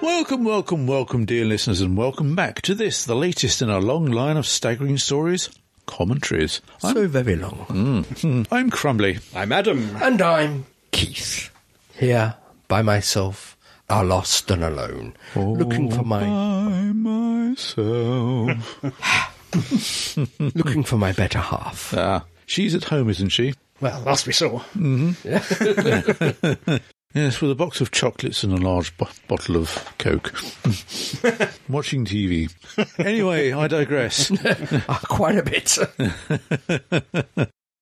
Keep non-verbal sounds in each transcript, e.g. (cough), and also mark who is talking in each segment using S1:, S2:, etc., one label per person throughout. S1: Welcome, welcome, welcome, dear listeners, and welcome back to this, the latest in our long line of staggering stories, commentaries. I'm,
S2: So very long.
S3: Hmm?
S1: I'm Crumbly.
S3: I'm Adam.
S2: And I'm Keith. Here, by myself, are lost and alone,
S3: Oh.
S2: looking for
S3: (laughs)
S2: my
S1: By myself.
S2: looking for my better half.
S1: (laughs) ah, she's at home, isn't she?
S3: Well, last
S2: (laughs)
S3: we saw.
S1: Yes, with a box of chocolates and a large bo- bottle of Coke. (laughs) Watching TV. Anyway, I digress.
S2: Ah, quite a bit.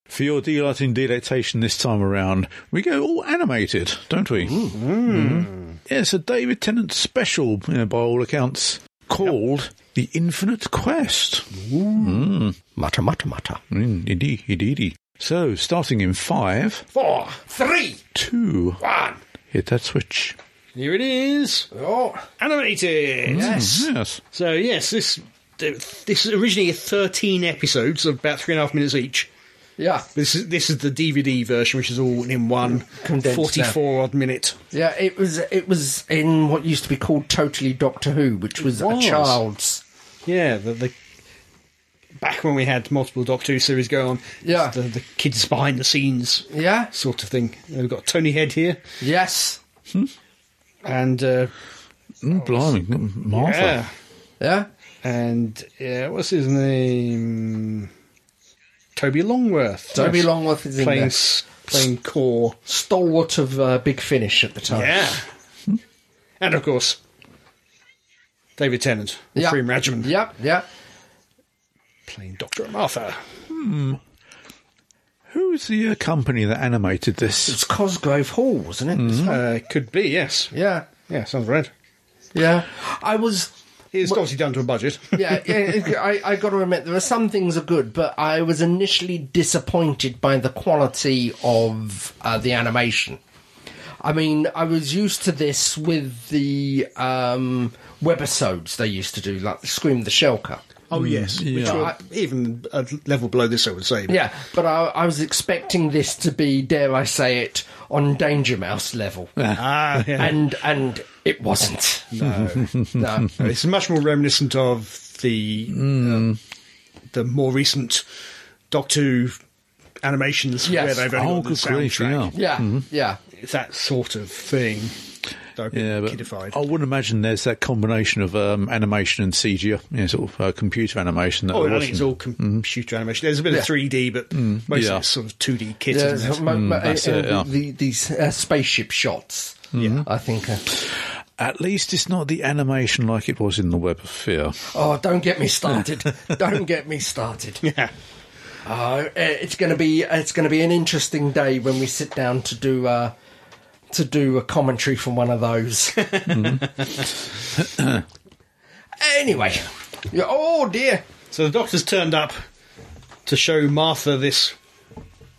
S1: For your delight in delectation this time around, we go all animated, don't we?
S3: Mm.
S1: Mhm. It's a David Tennant special, you know, by all accounts, called The Infinite Quest.
S2: (laughs)
S3: Mm.
S2: mutter, mutter, mutter.
S1: Mm, indeed, indeed. So, starting in five,
S3: Four, three,
S1: two,
S3: one.
S1: hit that switch.
S3: Here it is.
S2: Oh,
S3: Animated. Hmm.
S2: yes.
S1: Mm, yes.
S3: So, yes, this this is originally 13 episodes of about three and a half minutes each.
S2: Yeah.
S3: This is this is the DVD version, which is all in one
S2: Condensed
S3: 44 odd minute.
S2: Yeah, it was it was in what used to be called Totally Doctor Who, which was,
S3: was.
S2: a child's.
S3: Yeah, the, the back when we had multiple Doctor Who series go on.
S2: Yeah.
S3: it's The, the kids behind the scenes
S2: Yeah?
S3: sort of thing. We've got Tony Head here
S2: Yes.
S3: and uh,
S1: Mm, blimey, mm, Martha.
S3: yeah.
S2: Yeah?
S3: and uh, what's his name? Toby Longworth.
S2: Toby Longworth is in
S3: playing
S2: there.
S3: s- playing core.
S2: Stalwart of uh, Big Finish at the time.
S3: and of course David Tennant,
S2: Yeah.
S3: Freem Regiment,
S2: Yep, yep.
S3: playing Doctor Martha.
S1: Who's the uh, company that animated this?
S2: It's Cosgrove Hall, wasn't it?
S3: Uh, could be yes.
S2: Yeah,
S3: Yeah, sounds right.
S2: yeah. I was.
S3: It's obviously down to a budget.
S2: (laughs) Yeah, yeah it- I, I got to admit, there are some things are good, but I was initially disappointed by the quality of uh, the animation. I mean, I was used to this with the um, webisodes they used to do, like Scream the Shelker.
S3: (laughs) oh yes, which
S1: Mm, yeah.
S3: were
S2: I-
S3: even a level below this, I would say.
S2: Yeah, but I, I was expecting this to be, dare I say it, on Danger Mouse level.
S3: Ah, yeah.
S2: (laughs) And and it wasn't. (laughs) No. no.
S3: Uh, It's much more reminiscent of the
S1: Mm.
S3: uh, the more recent Doctor Who animations
S2: Yes.
S3: where they've only
S1: Oh,
S3: got the
S1: good grief,
S3: soundtrack.
S2: (laughs) Yeah, yeah.
S3: It's that sort of thing. Though a bit
S1: Yeah, but
S3: kidified.
S1: I wouldn't imagine there's that combination of um, animation and CGI, you know, sort of uh, computer animation. That
S3: Oh,
S1: there
S3: I think it's
S1: wasn't.
S3: all com- computer animation. There's a bit
S2: Mm-hmm. Yeah. Mm.
S3: of 3D, but most
S1: yeah.
S3: of it's sort of 2D kit,
S2: Yeah,
S3: isn't it?
S2: mo- mo-
S1: that's
S2: uh,
S1: it, yeah.
S2: the, these uh, spaceship shots. Yeah, I think. Uh,
S1: At least it's not the animation like it was in the Web of Fear.
S2: oh, don't get me (laughs) started! don't get me started.
S3: Yeah.
S2: Uh, it's going to be uh, it's going to be an interesting day when we sit down to do uh, to do a commentary from one of (laughs) those. anyway, yeah, oh dear,
S3: So the doctor's turned up to show Martha this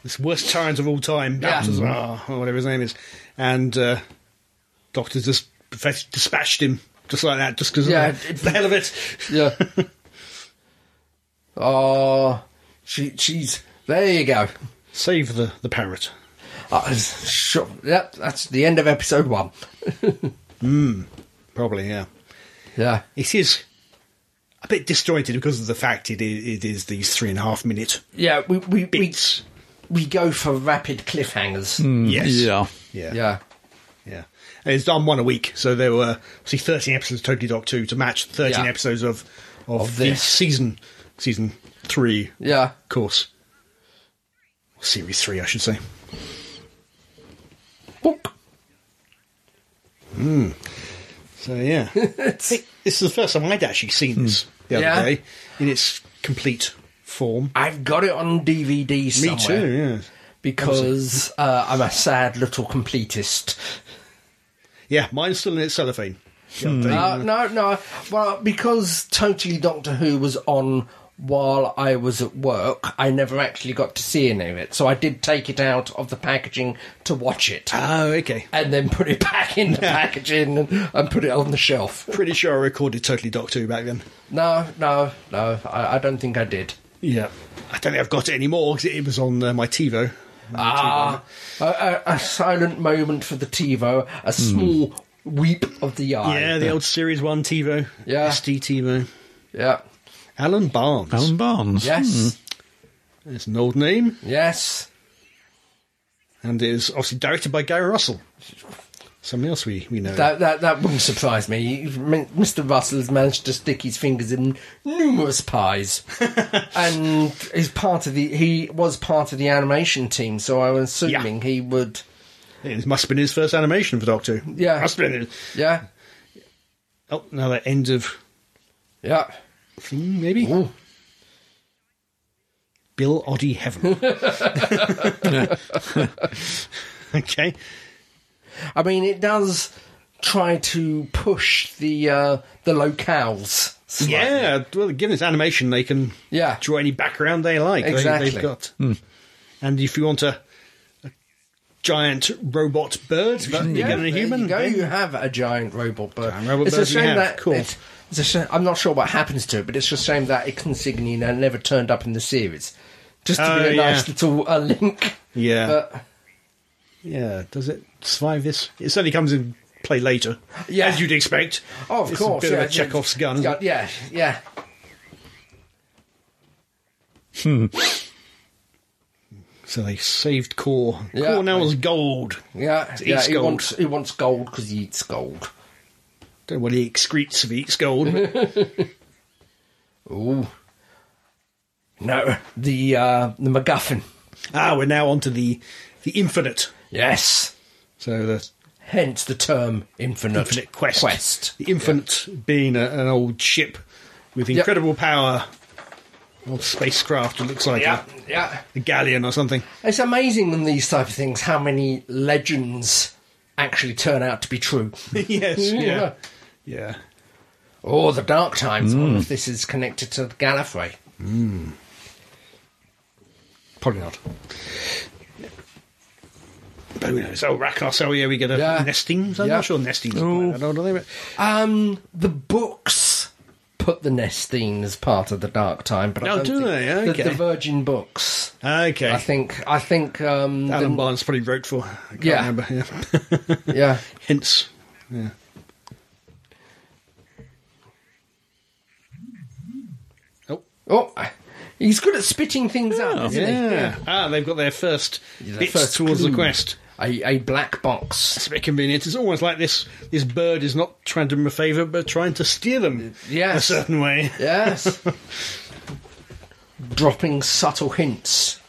S3: this worst tyrant of all time,
S2: Yeah. Mm-hmm.
S3: Balthazar, or whatever his name is, and uh, doctor's just prof- dispatched him just like that, just because
S2: Yeah, it-
S3: the hell of it.
S2: yeah. (laughs) Oh, she she's there. You go.
S3: Save the the parrot.
S2: Uh, sure. Yep, that's the end of episode one.
S3: Probably, yeah.
S2: Yeah.
S3: It is a bit disjointed because of the fact it is, it is these three and a half minute
S2: Yeah, we we, we
S3: bits.
S2: we go for rapid cliffhangers.
S3: Yes.
S1: Mm. Yeah.
S3: Yeah.
S2: Yeah.
S3: Yeah. And it's done one a week, so there were see thirteen episodes of Totally Doc Two to match thirteen
S2: Yeah.
S3: episodes of of,
S2: Of
S3: the
S2: this.
S3: season season three
S2: Yeah.
S3: course. Series three, I should say.
S2: Book. (laughs)
S3: So yeah. this is the first time I'd actually seen this the other
S2: Hmm. Yeah.
S3: day in its complete form.
S2: I've got it on DVD somewhere.
S3: Me too, yeah.
S2: Because uh, I'm a sad little completist.
S3: Yeah, mine's still in its cellophane. The other day.
S2: Uh, no, no. Well, because totally Doctor Who was on while I was at work, I never actually got to see any of it. So I did take it out of the packaging to watch it.
S3: Oh, okay.
S2: and then put it (laughs) back in the packaging and, and put it on the shelf.
S3: Pretty sure I recorded Totally Doc Two back then.
S2: No, no, no. I, I don't think I did.
S3: Yeah. I don't think I've got it anymore because it was on uh, my TiVo.
S2: Ah, a, a, a silent moment for the TiVo. A small Weep of the Eye.
S3: Hmm. Yeah, the old Series 1 TiVo.
S2: Yeah.
S3: SD TiVo.
S2: Yeah.
S3: Alan Barnes.
S1: Alan Barnes.
S2: Yes.
S3: Hmm. It's an old name.
S2: Yes.
S3: And it is obviously directed by Gary Russell. Somebody else we, we know.
S2: That, that that wouldn't surprise me. Mr. Russell has managed to stick his fingers in numerous pies, and he's part of the. He was part of the animation team, so I'm assuming he would.
S3: it must have been his first animation for Doctor Who.
S2: Yeah.
S3: Must have been.
S2: Yeah,
S3: Oh, now that end of
S2: yeah.
S3: thing, maybe?
S2: Ooh.
S3: Bill
S2: (laughs)
S3: Oddie Heaven. (laughs) okay.
S2: I mean, it does try to push the uh, the locales. slightly.
S3: Yeah, well, given it's animation, they can
S2: Yeah.
S3: draw any background they like. They,
S2: Exactly.
S3: have got. And if you want a, a giant robot bird, you can
S2: Yeah,
S3: get a
S2: there
S3: human.
S2: You, go.
S3: then-
S2: you have a giant robot bird.
S3: Giant robot
S2: it's
S3: bird
S2: a
S3: you
S2: shame
S3: have.
S2: that
S3: Cool.
S2: it's, it's a shame. I'm not sure what happens to it, but it's just a shame that Insignia never turned up in the series. Just to
S3: Oh,
S2: be a
S3: yeah.
S2: nice little uh, link.
S3: Yeah.
S2: But
S3: Yeah, does it survive this? It certainly comes in play later,
S2: Yeah.
S3: as you'd expect.
S2: oh, of
S3: it's
S2: course,
S3: a bit
S2: yeah,
S3: of a Chekhov's gun. isn't
S2: Yeah,
S3: it?
S2: yeah, yeah.
S3: So they saved Core.
S2: Yeah.
S3: Core now was gold.
S2: yeah,
S3: It's
S2: yeah,
S3: East
S2: He
S3: Gold.
S2: wants he wants gold because he eats gold.
S3: Don't know what he excretes if he eats gold.
S2: (laughs)
S3: but-
S2: Ooh. No, the uh, the MacGuffin.
S3: ah, we're now onto the the infinite.
S2: Yes.
S3: So the
S2: Hence the term infinite,
S3: Infinite Quest.
S2: Quest.
S3: The Infinite being a, an old ship with incredible power, old spacecraft. It looks like
S2: Yeah, yeah.
S3: a, a galleon
S2: (laughs)
S3: or something.
S2: It's amazing in these type of things how many legends actually turn out to be true.
S3: yes, yeah, yeah.
S2: Or the Dark Times. I wonder
S3: Mm.
S2: if this is connected to Gallifrey.
S3: Probably not. But we know it's old Rakos. Oh yeah, we get a
S2: Yeah.
S3: nesting. I'm
S2: Yeah.
S3: not sure nesting.
S1: Oh.
S3: I don't know. But
S2: Um, the books put the Nestine as part of the Dark Time, but I
S3: Oh,
S2: don't
S3: do
S2: think-
S3: they?
S2: the-
S3: Okay.
S2: The, Virgin books.
S3: okay,
S2: I think. I think. Um, the-
S3: Alan Barnes probably wrote for. I can't
S2: Yeah.
S3: remember. Yeah. (laughs)
S2: yeah.
S3: Hence, yeah. Oh.
S2: Oh, he's good at spitting things out, isn't he?
S3: Yeah. Ah, they've got their first
S2: Yeah, their
S3: bits
S2: first
S3: towards the
S2: clue.
S3: quest.
S2: A, a black box.
S3: It's a bit convenient. It's almost like this this bird is not trying to do them a favour, but trying to steer them
S2: Yes.
S3: a certain way. (laughs)
S2: Yes. Dropping subtle hints.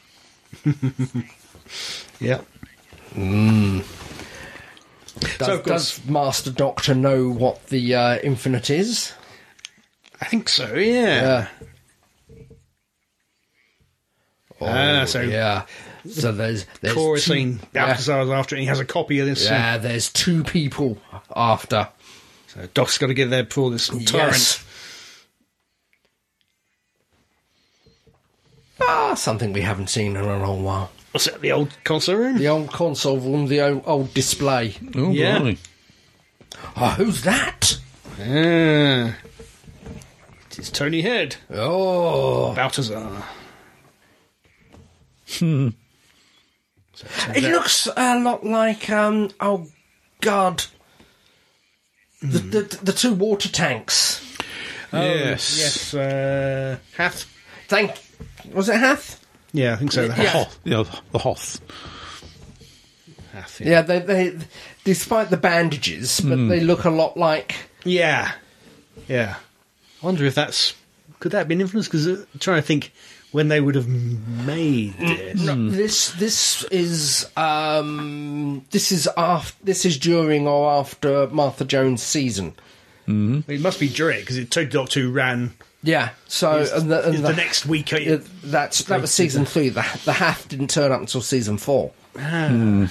S3: Yeah.
S2: Mm. Does,
S3: So, of course-
S2: does Master Doctor know what the uh, infinite is?
S3: I think so,
S2: Yeah.
S3: yeah. Ah, so-
S2: Oh, yeah. So there's there's
S3: Core is
S2: two,
S3: saying
S2: yeah,
S3: Balthazar's after it, and he has a copy of this.
S2: yeah, there's two people after.
S3: So Doc's got to get there before this tyrant.
S2: Yes. Ah, something we haven't seen in a long while.
S3: What's that, the old console room?
S2: The old console room, the old, old display.
S1: Oh,
S3: Yeah.
S1: blimey.
S2: Oh, who's that?
S3: Ah. It is Tony Head.
S2: Oh,
S3: Balthazar.
S2: it looks a lot like um. Oh, God. The,
S3: Hmm.
S2: the the two water tanks.
S1: yes.
S3: Oh, Yes, uh, Hath.
S2: Thank. Was it Hath?
S3: Yeah, I think so. The
S2: Yeah.
S3: Hoth.
S1: Hoth. Yeah, the Hoth.
S3: Oh, Hath,
S2: Yeah, they, they despite the bandages, but they look a lot like.
S3: Yeah, yeah. I wonder if that's could that have been influenced? Because uh, trying to think when they would have made this.
S2: This this is um this is after this is during or after Martha Jones season.
S3: It must be during because it Toad Doctor Who ran
S2: Yeah. So and the, and
S3: the,
S2: the-
S3: next week.
S2: yeah, that's that was season three. The the half didn't turn up until season four.
S1: Yeah,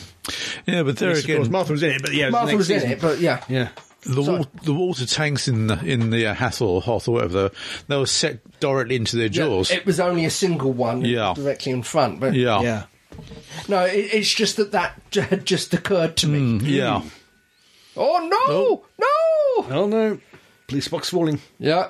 S1: but there
S3: Yes, ah, of course,
S1: again,
S3: Hmm. Martha was in it, but yeah, it
S2: Martha
S3: the
S2: was
S3: next
S2: in
S3: season.
S2: it, but yeah,
S3: Yeah,
S1: the, wa- the water tanks in the, in the uh, Hath or Hoth or whatever, they they were set directly into their
S2: Yeah,
S1: jaws.
S2: it was only a single one
S1: Yeah.
S2: directly in front. But
S1: Yeah.
S3: yeah.
S2: no, it, it's just that that (laughs) j- had just occurred to
S1: Hmm.
S2: me.
S1: Yeah.
S2: Oh no, no!
S3: Oh no, police box falling.
S2: Yeah.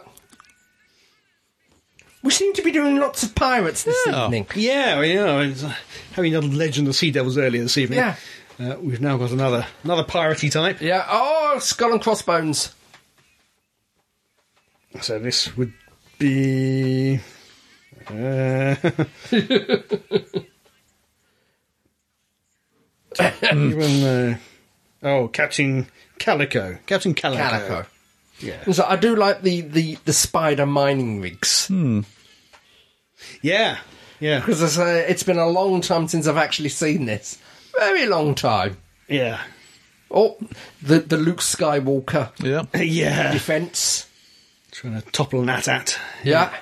S2: We seem to be doing lots of pirates this
S1: Yeah.
S2: evening.
S3: Yeah, well, yeah. I was, uh, having done Legend of the Sea Devils earlier this evening.
S2: Yeah.
S3: Uh, we've now got another another piratey type.
S2: Yeah. Oh Oh, Skull and Crossbones.
S3: So this would be. Uh, (laughs) even though, oh, Captain Calico, Captain Calico.
S2: Calico.
S3: Yeah,
S2: So I do like the, the, the spider mining rigs.
S3: yeah, yeah,
S2: Because I say it's been a long time since I've actually seen this. Very long time.
S3: yeah, (laughs)
S2: Oh, the, the Luke Skywalker
S1: Yeah.
S3: yeah.
S2: defense.
S3: Trying to topple an at.
S2: Yeah.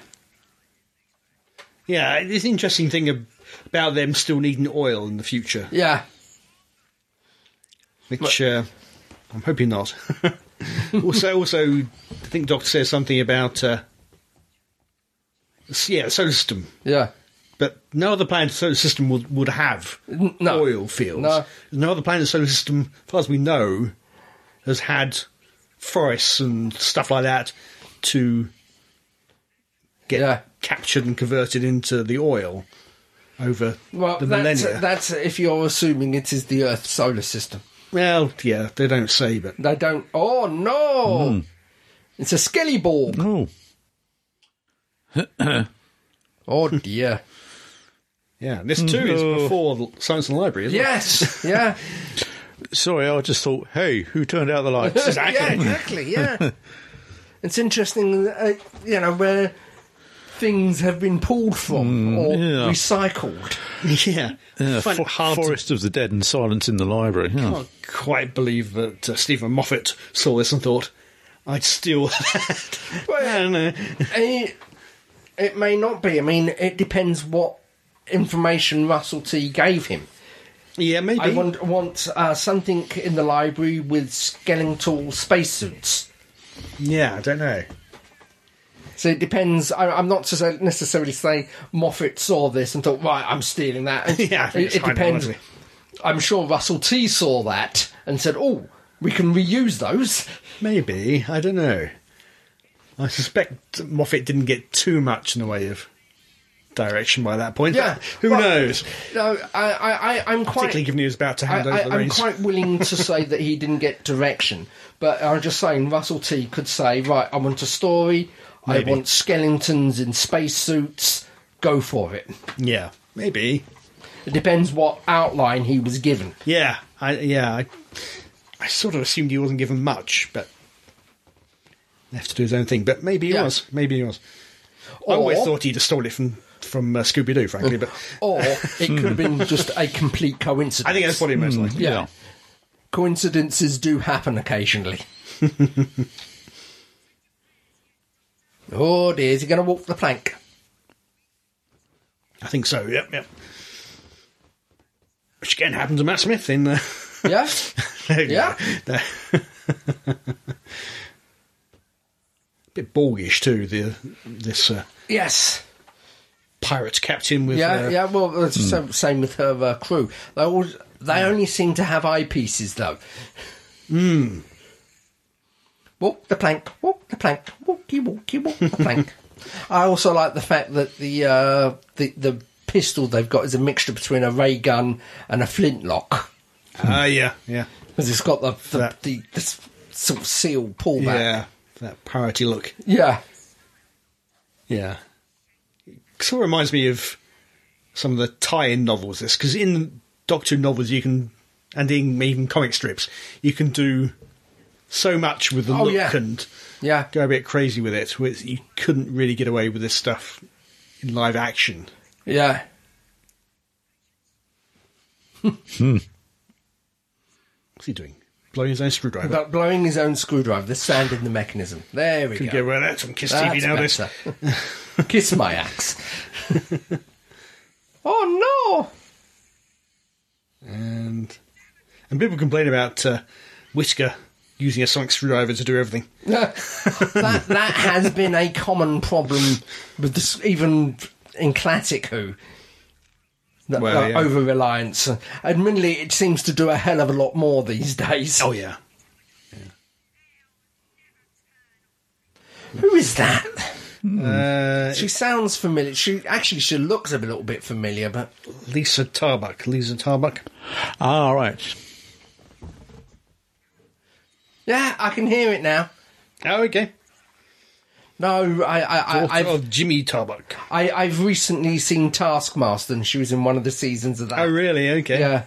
S3: Yeah, this interesting thing ab- about them still needing oil in the future,
S2: Yeah.
S3: which uh, I'm hoping not. (laughs) also, also, I think Doctor says something about uh, s- yeah, solar system,
S2: Yeah.
S3: but no other planet solar system would would have
S2: N- no.
S3: oil fields.
S2: No.
S3: no other planet solar system, as far as we know, has had forests and stuff like that to get
S2: Yeah.
S3: captured and converted into the oil over
S2: Well,
S3: the
S2: that's,
S3: millennia.
S2: that's if you're assuming it is the Earth solar system.
S3: Well, yeah, they don't say, but
S2: They don't. Oh, no! It's a skelly ball.
S1: Oh.
S2: Oh, dear.
S3: yeah, this too is
S1: Oh.
S3: before the Science and Library, isn't
S2: (laughs)
S3: it?
S2: yes! (laughs) Yeah.
S1: Sorry, I just thought, hey, who turned out the
S3: (laughs)
S1: lights?
S2: Yeah, exactly. Yeah. (laughs) it's interesting, uh, you know, where things have been pulled from or
S1: yeah.
S2: recycled.
S3: (laughs) yeah, Uh,
S1: yeah,
S3: Find it
S1: fo-
S3: hard to-
S1: Forest of the Dead and Silence in the Library. yeah.
S3: can't quite believe that uh, Stephen Moffat saw this and thought, "I'd steal (laughs) that."
S2: Well,
S3: no, no.
S2: It, it may not be. I mean, it depends what information Russell T gave him.
S3: yeah, maybe.
S2: I want, want uh, something in the library with skeletal spacesuits.
S3: yeah, I don't know.
S2: So it depends. I, I'm not to say- necessarily saying Moffat saw this and thought, right, I'm stealing that.
S3: (laughs) Yeah, I think
S2: it,
S3: it's
S2: it
S3: highly
S2: depends.
S3: unlikely.
S2: I'm sure Russell T saw that and said, oh, we can reuse those.
S3: Maybe I don't know. I suspect Moffat didn't get too much in the way of direction by that
S2: (laughs)
S3: point.
S2: Yeah,
S3: who
S2: well,
S3: knows?
S2: No, I, I, I, I'm quite.
S3: Particularly given he was about to hand
S2: I,
S3: over the
S2: I, I'm
S3: reins.
S2: quite willing
S3: (laughs)
S2: to say that he didn't get direction, but I'm just saying Russell T could say, right, I want a story,
S3: Maybe.
S2: I want skeletons in spacesuits, go for it.
S3: Yeah, maybe.
S2: It depends what outline he was given.
S3: Yeah, I yeah, I, I sort of assumed he wasn't given much, but he have to do his own thing. But maybe he
S2: Yeah.
S3: was. Maybe he was. I always
S2: Or-
S3: thought he'd have stole it from from uh, Scooby Doo, frankly. But
S2: (laughs) Or it could have been just a complete coincidence.
S3: I think that's probably most likely.
S2: yeah. Coincidences do happen
S3: (laughs)
S2: occasionally. oh dear, is he going to walk the plank?
S3: I think so. Yep, yep. Which again happened to Matt Smith in. Uh, (laughs)
S2: Yeah? Yeah.
S3: A (laughs) bit borgish too. The this uh,
S2: yes.
S3: pirate captain with
S2: Yeah,
S3: uh,
S2: yeah. Well, it's the same with her uh, crew. They all they only seem to have eyepieces though.
S3: Hmm.
S2: Walk the plank, walk the plank, walkie walkie walk the
S3: (laughs)
S2: plank. I also like the fact that the uh, the the pistol they've got is a mixture between a ray gun and a flintlock
S3: Ah, yeah, yeah,
S2: because it's got the the,
S3: That-
S2: the, the s- sort of seal pullback.
S3: yeah. That piratey look.
S2: Yeah, yeah,
S3: Yeah. It sort of reminds me of some of the tie-in novels. This because in Doctor Who novels you can, and in even comic strips, you can do so much with the
S2: Oh,
S3: look
S2: yeah.
S3: and go a bit crazy with it. Which you couldn't really get away with this stuff in live action.
S2: Yeah.
S3: What's he doing? Blowing his own screwdriver.
S2: About blowing his own screwdriver, the sound in the mechanism. There we
S3: Couldn't
S2: go.
S3: get away with that from Kiss
S2: That's
S3: TV nowadays.
S2: better. Kiss my axe. (laughs) oh
S3: And and people complain about uh, Whisker using a sonic screwdriver to do everything.
S2: no! that that has been a common problem with this, even in classic Who. That
S3: Well, yeah.
S2: over reliance. Admittedly, it seems to do a hell of a lot more these days.
S3: Oh yeah.
S2: Who is that?
S3: Uh,
S2: She sounds familiar. She actually she looks a little bit familiar, but
S3: Lisa Tarbuck. Lisa Tarbuck.
S1: Ah, right.
S2: Yeah, I can hear it now.
S3: Oh, okay.
S2: No, I, I,
S3: Author
S2: I, I've,
S3: of Jimmy Tarbuck.
S2: I, I've recently seen Taskmaster, and she was in one of the seasons of that.
S3: Oh, really? Okay.
S2: Yeah.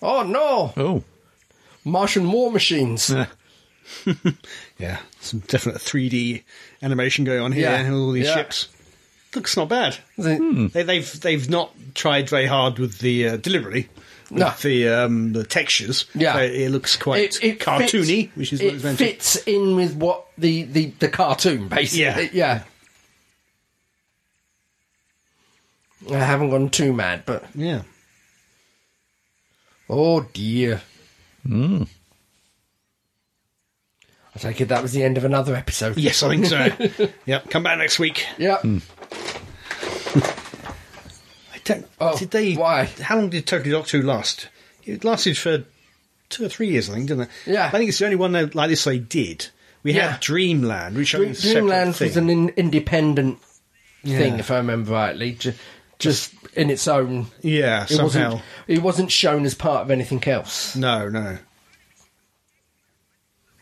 S2: Oh no,
S1: Oh,
S2: Martian war
S3: (laughs)
S2: machines.
S1: yeah.
S3: Yeah. Some definite 3D animation going on here
S2: Yeah.
S3: and all these
S2: Yeah. Hmm.
S3: ships. Looks not bad.
S2: no,
S3: They, they've they've not tried very hard with the uh, deliberately. With
S2: No.
S3: the um, the textures,
S2: Yeah.
S3: So it looks quite cartoony,
S2: fits,
S3: which is what
S2: it
S3: it's meant to.
S2: fits in with what the the, the cartoon basically. Yeah. I haven't gone too mad, but
S3: Yeah,
S2: oh dear.
S3: Hmm.
S2: I take it that was the end of another episode.
S3: yes, I think
S2: (laughs)
S3: so. yep, come back next week.
S2: Yeah.
S3: I don't,
S2: Oh,
S3: did they?
S2: why?
S3: How long did Tokyo Dock Two last? It lasted for two or three years, I think, didn't it?
S2: Yeah.
S3: I think it's the only one that, like this they did. We
S2: Yeah.
S3: had Dreamland, which I think is a separate
S2: Dreamland
S3: thing.
S2: was an in- independent thing,
S3: Yeah.
S2: if I remember rightly. Ju- Just in its own.
S3: yeah,
S2: It
S3: somehow.
S2: wasn't. It wasn't shown as part of anything else.
S3: No, no.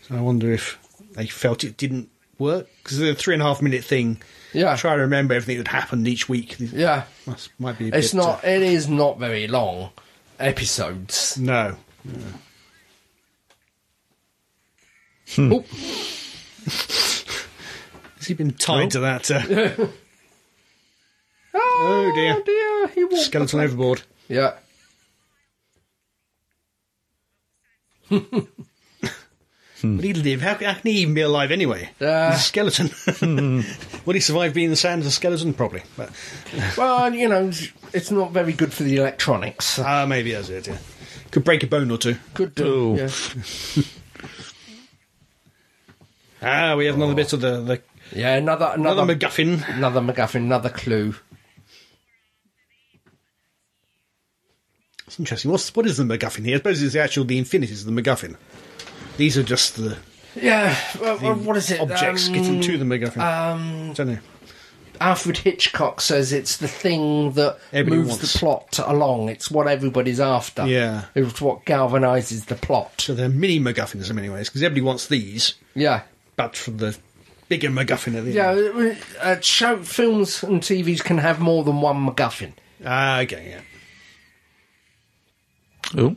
S3: So I wonder if they felt it didn't work because the three and a half minute thing.
S2: Yeah.
S3: Try to remember everything that happened each week.
S2: Yeah.
S3: Must, might be. A
S2: It's
S3: bit,
S2: not.
S3: uh,
S2: It is not very long episodes.
S3: no. Hmm.
S2: Oh,
S3: Has he been tied to that?
S2: (laughs)
S3: Uh, oh dear!
S2: dear, he walked.
S3: Skeleton overboard.
S2: Yeah.
S3: Would he live? How, how can he even be alive anyway?
S2: Yeah.
S3: He's a
S2: Hmm.
S3: skeleton. (laughs) Would he survive being in the sand as a skeleton? Probably. But,
S2: Well, you know, it's not very good for the electronics.
S3: uh, maybe that's it, yeah. Could break a bone or two.
S2: Could
S1: Oh.
S2: do. Yeah.
S3: Ah, we have another bit of the, the
S2: Yeah, Another. Another.
S3: another
S2: Another,
S3: MacGuffin.
S2: MacGuffin. Another clue.
S3: It's interesting. What's, what is the MacGuffin here? I suppose it's the actual, the infinities of the MacGuffin. These are just the,
S2: Yeah. Well, well, what is it?
S3: objects
S2: Um, uh,
S3: getting to the MacGuffin. Um, don't know.
S2: Alfred Hitchcock says it's the thing that
S3: Everybody
S2: moves
S3: wants.
S2: the plot along. It's what everybody's after.
S3: Yeah.
S2: It's what galvanizes the plot.
S3: So they're mini MacGuffins in many ways, because everybody wants these,
S2: Yeah.
S3: but for the bigger MacGuffin at the
S2: Yeah,
S3: end.
S2: it- it- uh, show, films and TVs can have more than one MacGuffin.
S3: Ah, okay, yeah.
S1: Oh,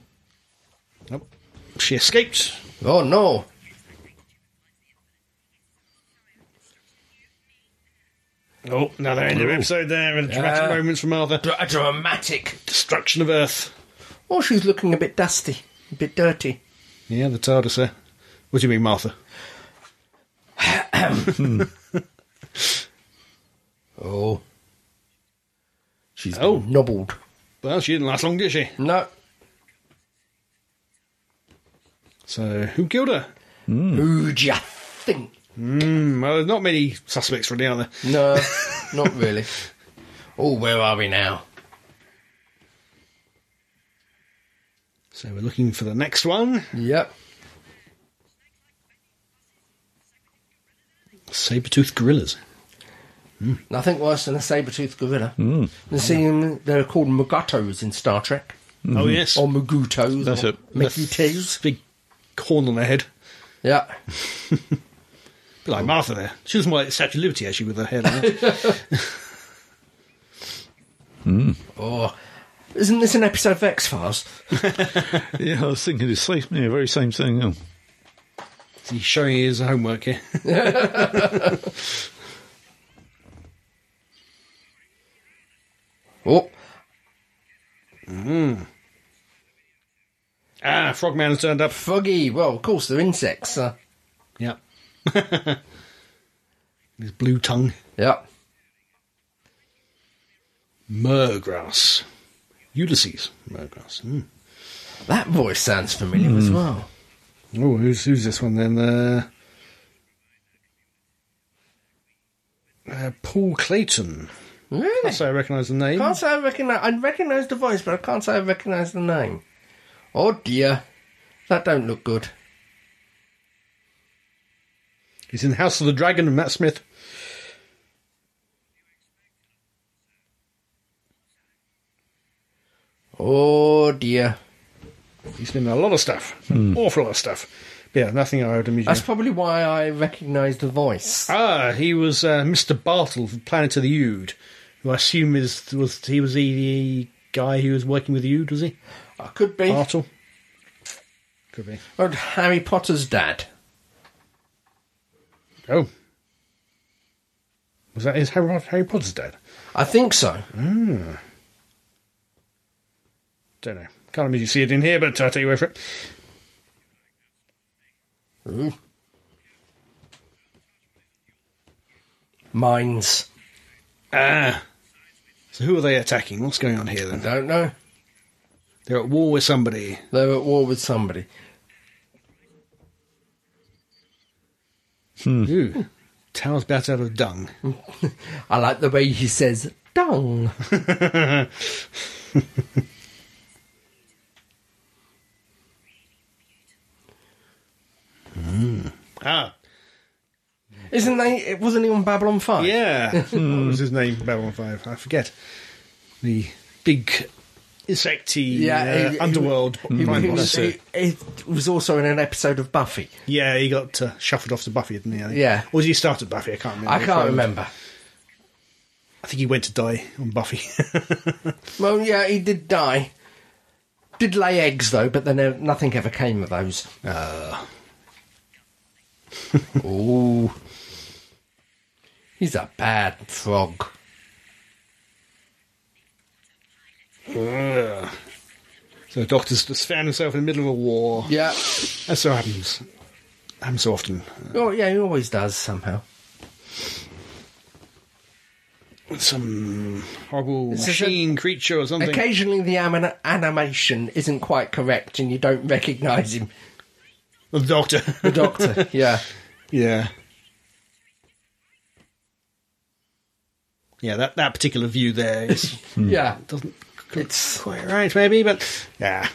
S3: Nope. Oh, She escaped.
S2: Oh no!
S3: Oh, another end of episode there, and dramatic
S2: Yeah.
S3: moments from Arthur.
S2: A dramatic.
S3: Destruction of Earth.
S2: Oh, she's looking a bit dusty, a bit dirty.
S3: Yeah, the TARDIS there. What do you mean, Martha?
S2: Oh. She's
S3: Oh.
S2: been nobbled.
S3: Well, she didn't last long, did she?
S2: No.
S3: So, who killed her?
S2: Who do you think?
S3: Hmm, well, there's not many suspects really, are there?
S2: No, (laughs) not really. Oh, where are we now?
S3: So we're looking for the next one.
S2: Yep.
S3: Saber-toothed gorillas.
S2: Nothing worse than a saber-toothed gorilla. Mm. And seeing they're called Mugatos in Star Trek,
S3: Oh, yes.
S2: or Mugutos,
S1: That's
S2: or
S1: it.
S2: Mugutos.
S3: Big horn on their head.
S2: Yeah,
S3: Bit like Martha there. She was more like Statue of Liberty, actually, with her hair like (laughs) that.
S2: or Oh. isn't this an episode of X Files?
S1: yeah. I was thinking the same, yeah, very same thing. Oh.
S3: He's showing his homework here.
S2: Oh,
S3: (laughs) ah, Frogman has turned up.
S2: Foggy. Well, of course they're insects. Uh,
S3: Yep. (laughs) his blue tongue.
S2: yeah.
S3: Murgrass. Ulysses. Murgrass. Mm.
S2: That voice sounds familiar as well.
S3: Oh, who's who's this one then? Uh, uh, Paul Clayton.
S2: Really?
S3: Can't say I recognise the name.
S2: Can't say I recognise. I recognise the voice, but I can't say I recognise the name. Oh dear, that don't look good.
S3: He's in House of the Dragon and Matt Smith.
S2: Oh dear. Oh,
S3: He's been in a lot of stuff, an awful lot of stuff. yeah, nothing I would immediately.
S2: That's probably why I recognised the voice.
S3: Ah, he was uh, Mr. Bartle from Planet of the Ood, who I assume is was he was the guy who was working with the Ood, was he?
S2: I could be.
S3: Bartle. Could be.
S2: Oh, Harry Potter's dad.
S3: Oh. Was that his Harry, Harry Potter's dad?
S2: I think so.
S3: Don't know. Can't immediately see it in here, but I'll take your word for it.
S2: Mines.
S3: Ah. So who are they attacking? What's going on here then?
S2: Don't know.
S3: They're at war with somebody.
S2: They're at war with somebody. Hmm.
S3: Ooh. Towers bat out of dung.
S2: I like the way he says dung.
S3: Ah.
S2: Isn't they? It wasn't he on Babylon Five? (laughs)
S3: Yeah.
S2: Hmm.
S3: what was his name? Babylon 5. I forget. The big insecty
S2: Yeah,
S3: uh,
S2: he- he-
S3: underworld.
S2: He,
S3: prime
S2: he was,
S3: boss.
S2: he, it was also in an episode of Buffy.
S3: yeah, he got uh, shuffled off to Buffy, didn't he? I think?
S2: Yeah.
S3: Or did he start at Buffy? I can't remember.
S2: I can't remember.
S3: I think he went to die on Buffy. (laughs)
S2: Well, yeah, he did die. Did lay eggs though, but then uh, nothing ever came of those. Uh. (laughs) Oh. He's a bad frog.
S3: so the Doctor's just found himself in the middle of a war.
S2: Yeah.
S3: That so happens. Happens so often.
S2: Oh, yeah, he always does somehow.
S3: With some horrible
S2: It's just a-
S3: machine creature or something.
S2: Occasionally, the anim- animation isn't quite correct, and you don't recognise him,
S3: The Doctor. (laughs)
S2: the Doctor. yeah.
S3: yeah. Yeah, that, that particular view there is,
S2: (laughs) Yeah.
S3: doesn't
S2: It's
S3: quite right, maybe, but (laughs) yeah.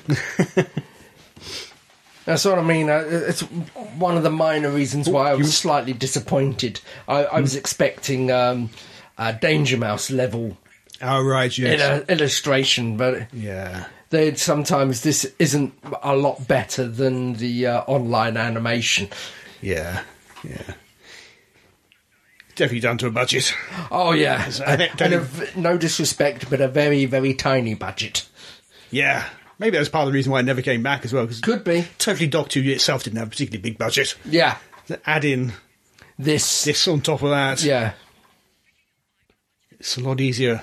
S2: That's what I mean. Uh, It's one of the minor reasons why I was slightly disappointed. I, I was expecting um, a Danger Mouse level
S3: Oh, right, yes.
S2: illu- illustration, but
S3: yeah.
S2: they sometimes this isn't a lot better than the uh, online animation.
S3: Yeah. Yeah. Definitely down to a budget.
S2: Oh yeah,
S3: I think-
S2: and a v no disrespect, but a very very tiny budget
S3: Yeah. Maybe that's part of the reason why it never came back as well, because
S2: could be.
S3: totally Doctor Who itself didn't have a particularly big budget.
S2: Yeah,
S3: Add in
S2: this.
S3: this on top of that,
S2: Yeah,
S3: it's a lot easier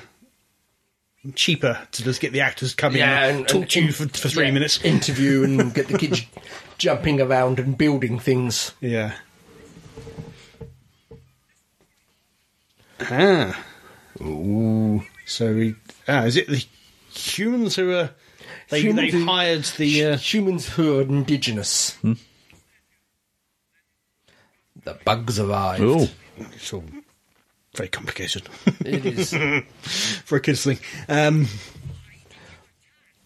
S3: and cheaper to just get the actors coming
S2: yeah,
S3: and, talk to you for, for three
S2: yeah,
S3: minutes.
S2: Interview
S3: (laughs)
S2: and get the kids jumping around and building things.
S3: Yeah. Ah. Ooh. So we, ah, is it the humans who are they
S2: Humans
S3: they
S2: who-
S3: hired the uh, Hmm?
S2: humans who are indigenous. The bugs arrived.
S1: Oh,
S3: it's all very complicated (laughs)
S2: It is. (laughs)
S3: for a kids thing. Um,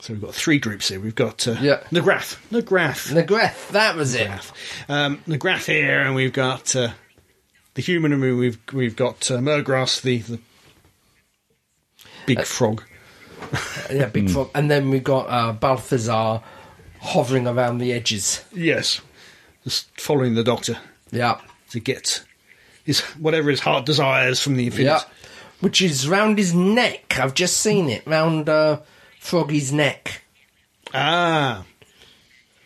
S3: so we've got three groups here. We've got uh,
S2: Yeah.
S3: Nagrath, Nagrath,
S2: Negreth, that was it.
S3: Nagrath, um, Nagrath here, and we've got uh, the human, and we- we've we've got uh, Murgrass, the, the
S2: Uh,
S3: big frog.
S2: Yeah,
S3: Hmm.
S2: big frog. And then we got uh, Balthazar hovering around the edges.
S3: Yes, just following the doctor
S2: Yeah.
S3: to get his whatever his heart desires from the infinite.
S2: Yeah. Which is round his neck. I've just seen it. Round uh, Froggy's neck.
S3: Ah,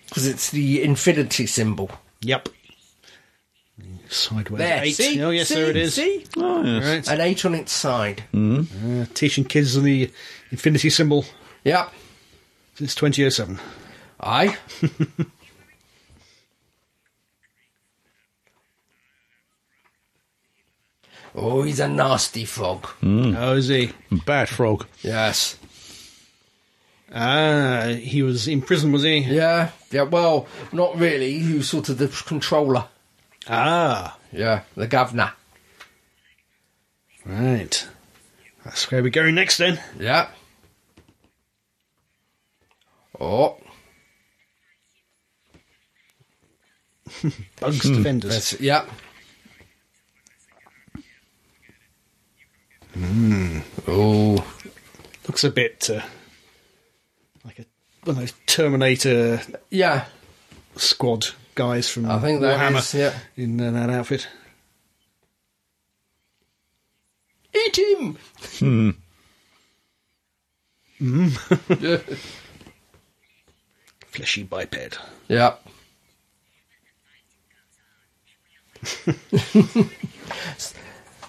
S2: Because it's the infinity symbol.
S3: yep. Sideways
S2: There.
S3: eight.
S2: See?
S3: oh yes,
S2: See?
S3: there it is.
S2: See?
S1: oh yes.
S3: Right,
S2: An eight on its side.
S3: uh, teaching kids the infinity symbol
S2: Yep.
S3: since 2007. (laughs)
S2: Aye. oh, he's a nasty frog.
S3: Oh, is he?
S1: Bad frog.
S2: Yes.
S3: Ah, he was in prison, was he?
S2: Yeah. Yeah. Well, not really. He was sort of the controller.
S3: Ah,
S2: Yeah. The governor.
S3: right. That's where we're going next then.
S2: Yeah. Oh,
S3: Bugs defenders.
S2: that's yeah. Oh,
S3: Looks a bit uh, like a one of those Terminator
S2: yeah.
S3: squad guys from
S2: I think that
S3: Warhammer
S2: is, yeah.
S3: in uh, that outfit.
S2: Eat him! Hmm.
S3: Fleshy biped.
S2: (laughs) Yeah. (laughs)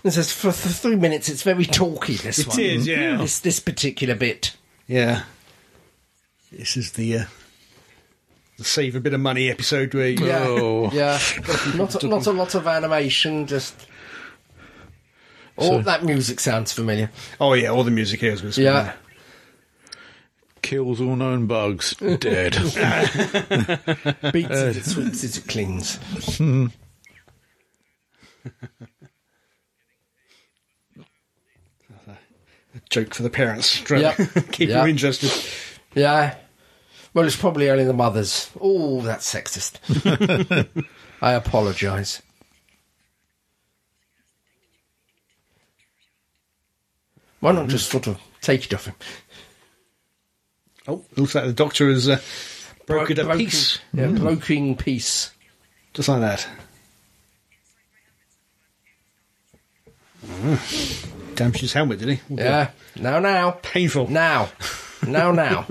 S2: this is for, for three minutes. It's very talky. This
S3: It
S2: one.
S3: is, yeah.
S2: This this particular bit.
S3: Yeah. This is the uh, the save a bit of money episode where you,
S2: Yeah,
S1: Oh.
S2: yeah. (laughs) Not not a lot of animation. Just. Oh, that music sounds familiar.
S3: oh yeah, all the music here is was
S2: Yeah.
S1: Kills all known bugs.
S2: (laughs)
S1: Dead.
S2: (laughs) Beats it, it sweeps it, it clings.
S3: a joke for the parents. (laughs) Trying
S2: Yeah.
S3: to keep
S2: Yeah.
S3: them interested.
S2: Yeah. Well, it's probably only the mothers. Oh, that's (laughs) sexist. I apologise. Why not just sort of take it off him?
S3: Oh, looks like the doctor has uh, brokered a
S2: Broken-
S3: peace,
S2: Yeah, broken peace.
S3: just like that. Mm. Damaged his helmet, did he? Oh, dear.
S2: Yeah. Now, now.
S3: painful.
S2: Now. Now, now.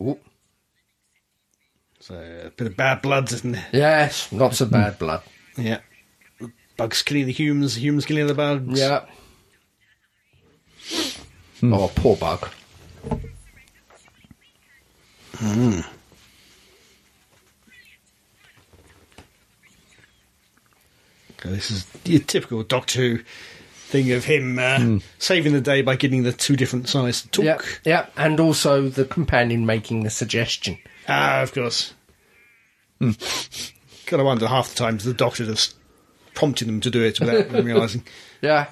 S2: Ooh.
S3: So a bit of bad blood, isn't it?
S2: Yes, lots of bad blood.
S3: Yeah. Bugs killing the humans, the humans killing the bugs.
S2: Yeah. Oh, poor bug.
S3: Okay, this is the typical Doctor Who thing of him uh, saving the day by getting the two different sides to talk.
S2: Yeah, yeah, and also the companion making the suggestion.
S3: Ah, of course. Hmm. Gotta wonder half the times the Doctor just prompting them to do it without them (laughs) realising.
S2: Yeah.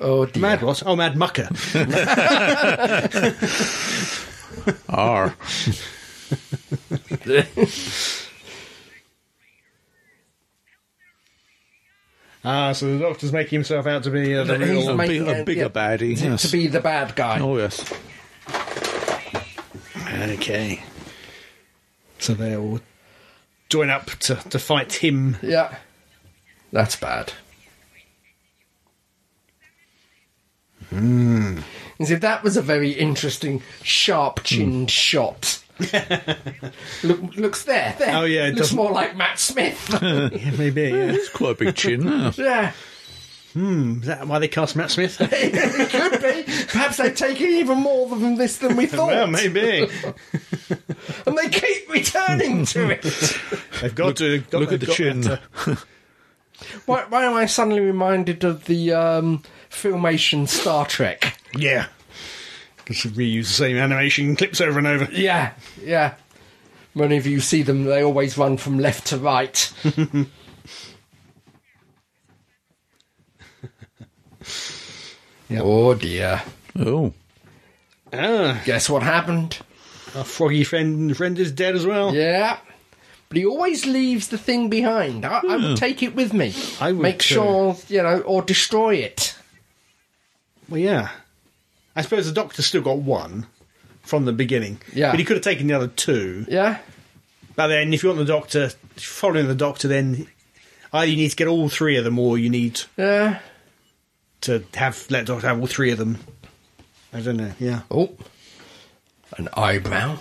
S2: oh dear.
S3: Mad what? Oh, Mad Mucker.
S1: R.
S3: ah, so the Doctor's making himself out to be uh, the
S1: A,
S2: He's
S3: real...
S1: big,
S2: making
S1: a
S2: it,
S1: bigger
S2: yeah.
S1: baddie.
S2: To-
S1: yes.
S2: To be the bad guy.
S1: oh, yes.
S3: Okay. So they all join up to, to fight him.
S2: Yeah. That's bad. You see, Hmm. that was a very interesting, sharp
S3: Hmm.
S2: chinned
S3: (laughs)
S2: shot. Look, looks there, there.
S3: Oh, yeah, it
S2: looks
S3: doesn't-
S2: more like Matt
S3: (laughs)
S2: Smith.
S3: (laughs) Yeah, maybe, yeah.
S1: It's quite a big chin. huh?
S2: yeah,
S3: Is that why they cast Matt (laughs) Smith?
S2: it could be. Perhaps they've taken even more from this than we thought,
S3: (laughs) well, maybe.
S2: and they keep returning
S3: (laughs)
S2: to it.
S3: They've got to... got-
S1: Look at the
S3: they've got
S1: chin.
S3: that, uh,
S2: Why, why am I suddenly reminded of the um, filmation Star Trek?
S3: Yeah. Just reuse the same animation clips over and over.
S2: Yeah, yeah. Whenever you see them, they always run from left to
S3: (laughs)
S2: right. Oh dear.
S1: Oh.
S3: Ah,
S2: Guess what happened?
S3: our froggy friend friend is dead as well.
S2: Yeah. But he always leaves the thing behind. I, I would take it with me.
S3: Hmm. I would
S2: Make
S3: too.
S2: sure, you know, or destroy it.
S3: Well, yeah. I suppose the doctor still got one from the beginning.
S2: Yeah.
S3: But he could have taken the other two.
S2: Yeah?
S3: But then, if you want the doctor, following the doctor, then either you need to get all three of them, or you need
S2: Yeah.
S3: to have let the doctor have all three of them. I don't know. Yeah.
S2: Oh. An eyebrow.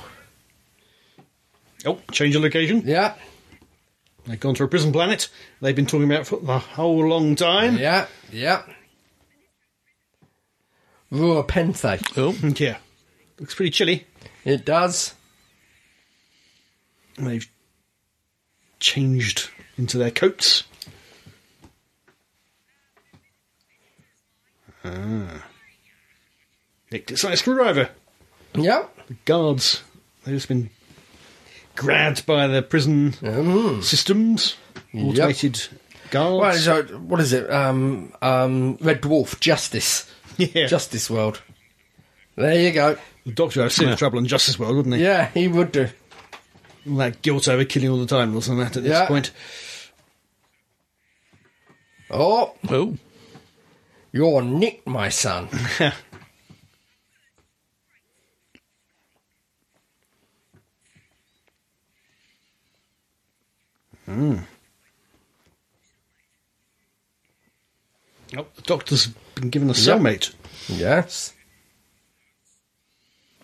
S3: Oh, change of location.
S2: Yeah.
S3: They've gone to a prison planet. They've been talking about it for the whole long time.
S2: Yeah. Yeah. Ruapenthe.
S1: Oh.
S3: yeah. Looks pretty chilly.
S2: It does.
S3: They've changed into their coats. Ah. Nicticite screwdriver.
S2: Yeah.
S3: The guards. They've just been grabbed by the prison systems. Automated
S2: Mm-hmm. Hmm. Well,
S3: guards.
S2: it's, uh, what is it? Um, um, Red Dwarf Justice,
S3: (laughs) yeah.
S2: Justice World. There you go.
S3: the doctor would have serious trouble in Justice World, wouldn't he?
S2: Yeah, he would do.
S3: All that guilt over killing all the time wasn't that at this
S2: Yeah.
S3: point.
S2: Oh,
S1: Oh.
S2: You're Nick, my son.
S3: Nope, the doctor's been given a
S2: Yep.
S3: cellmate.
S2: yes.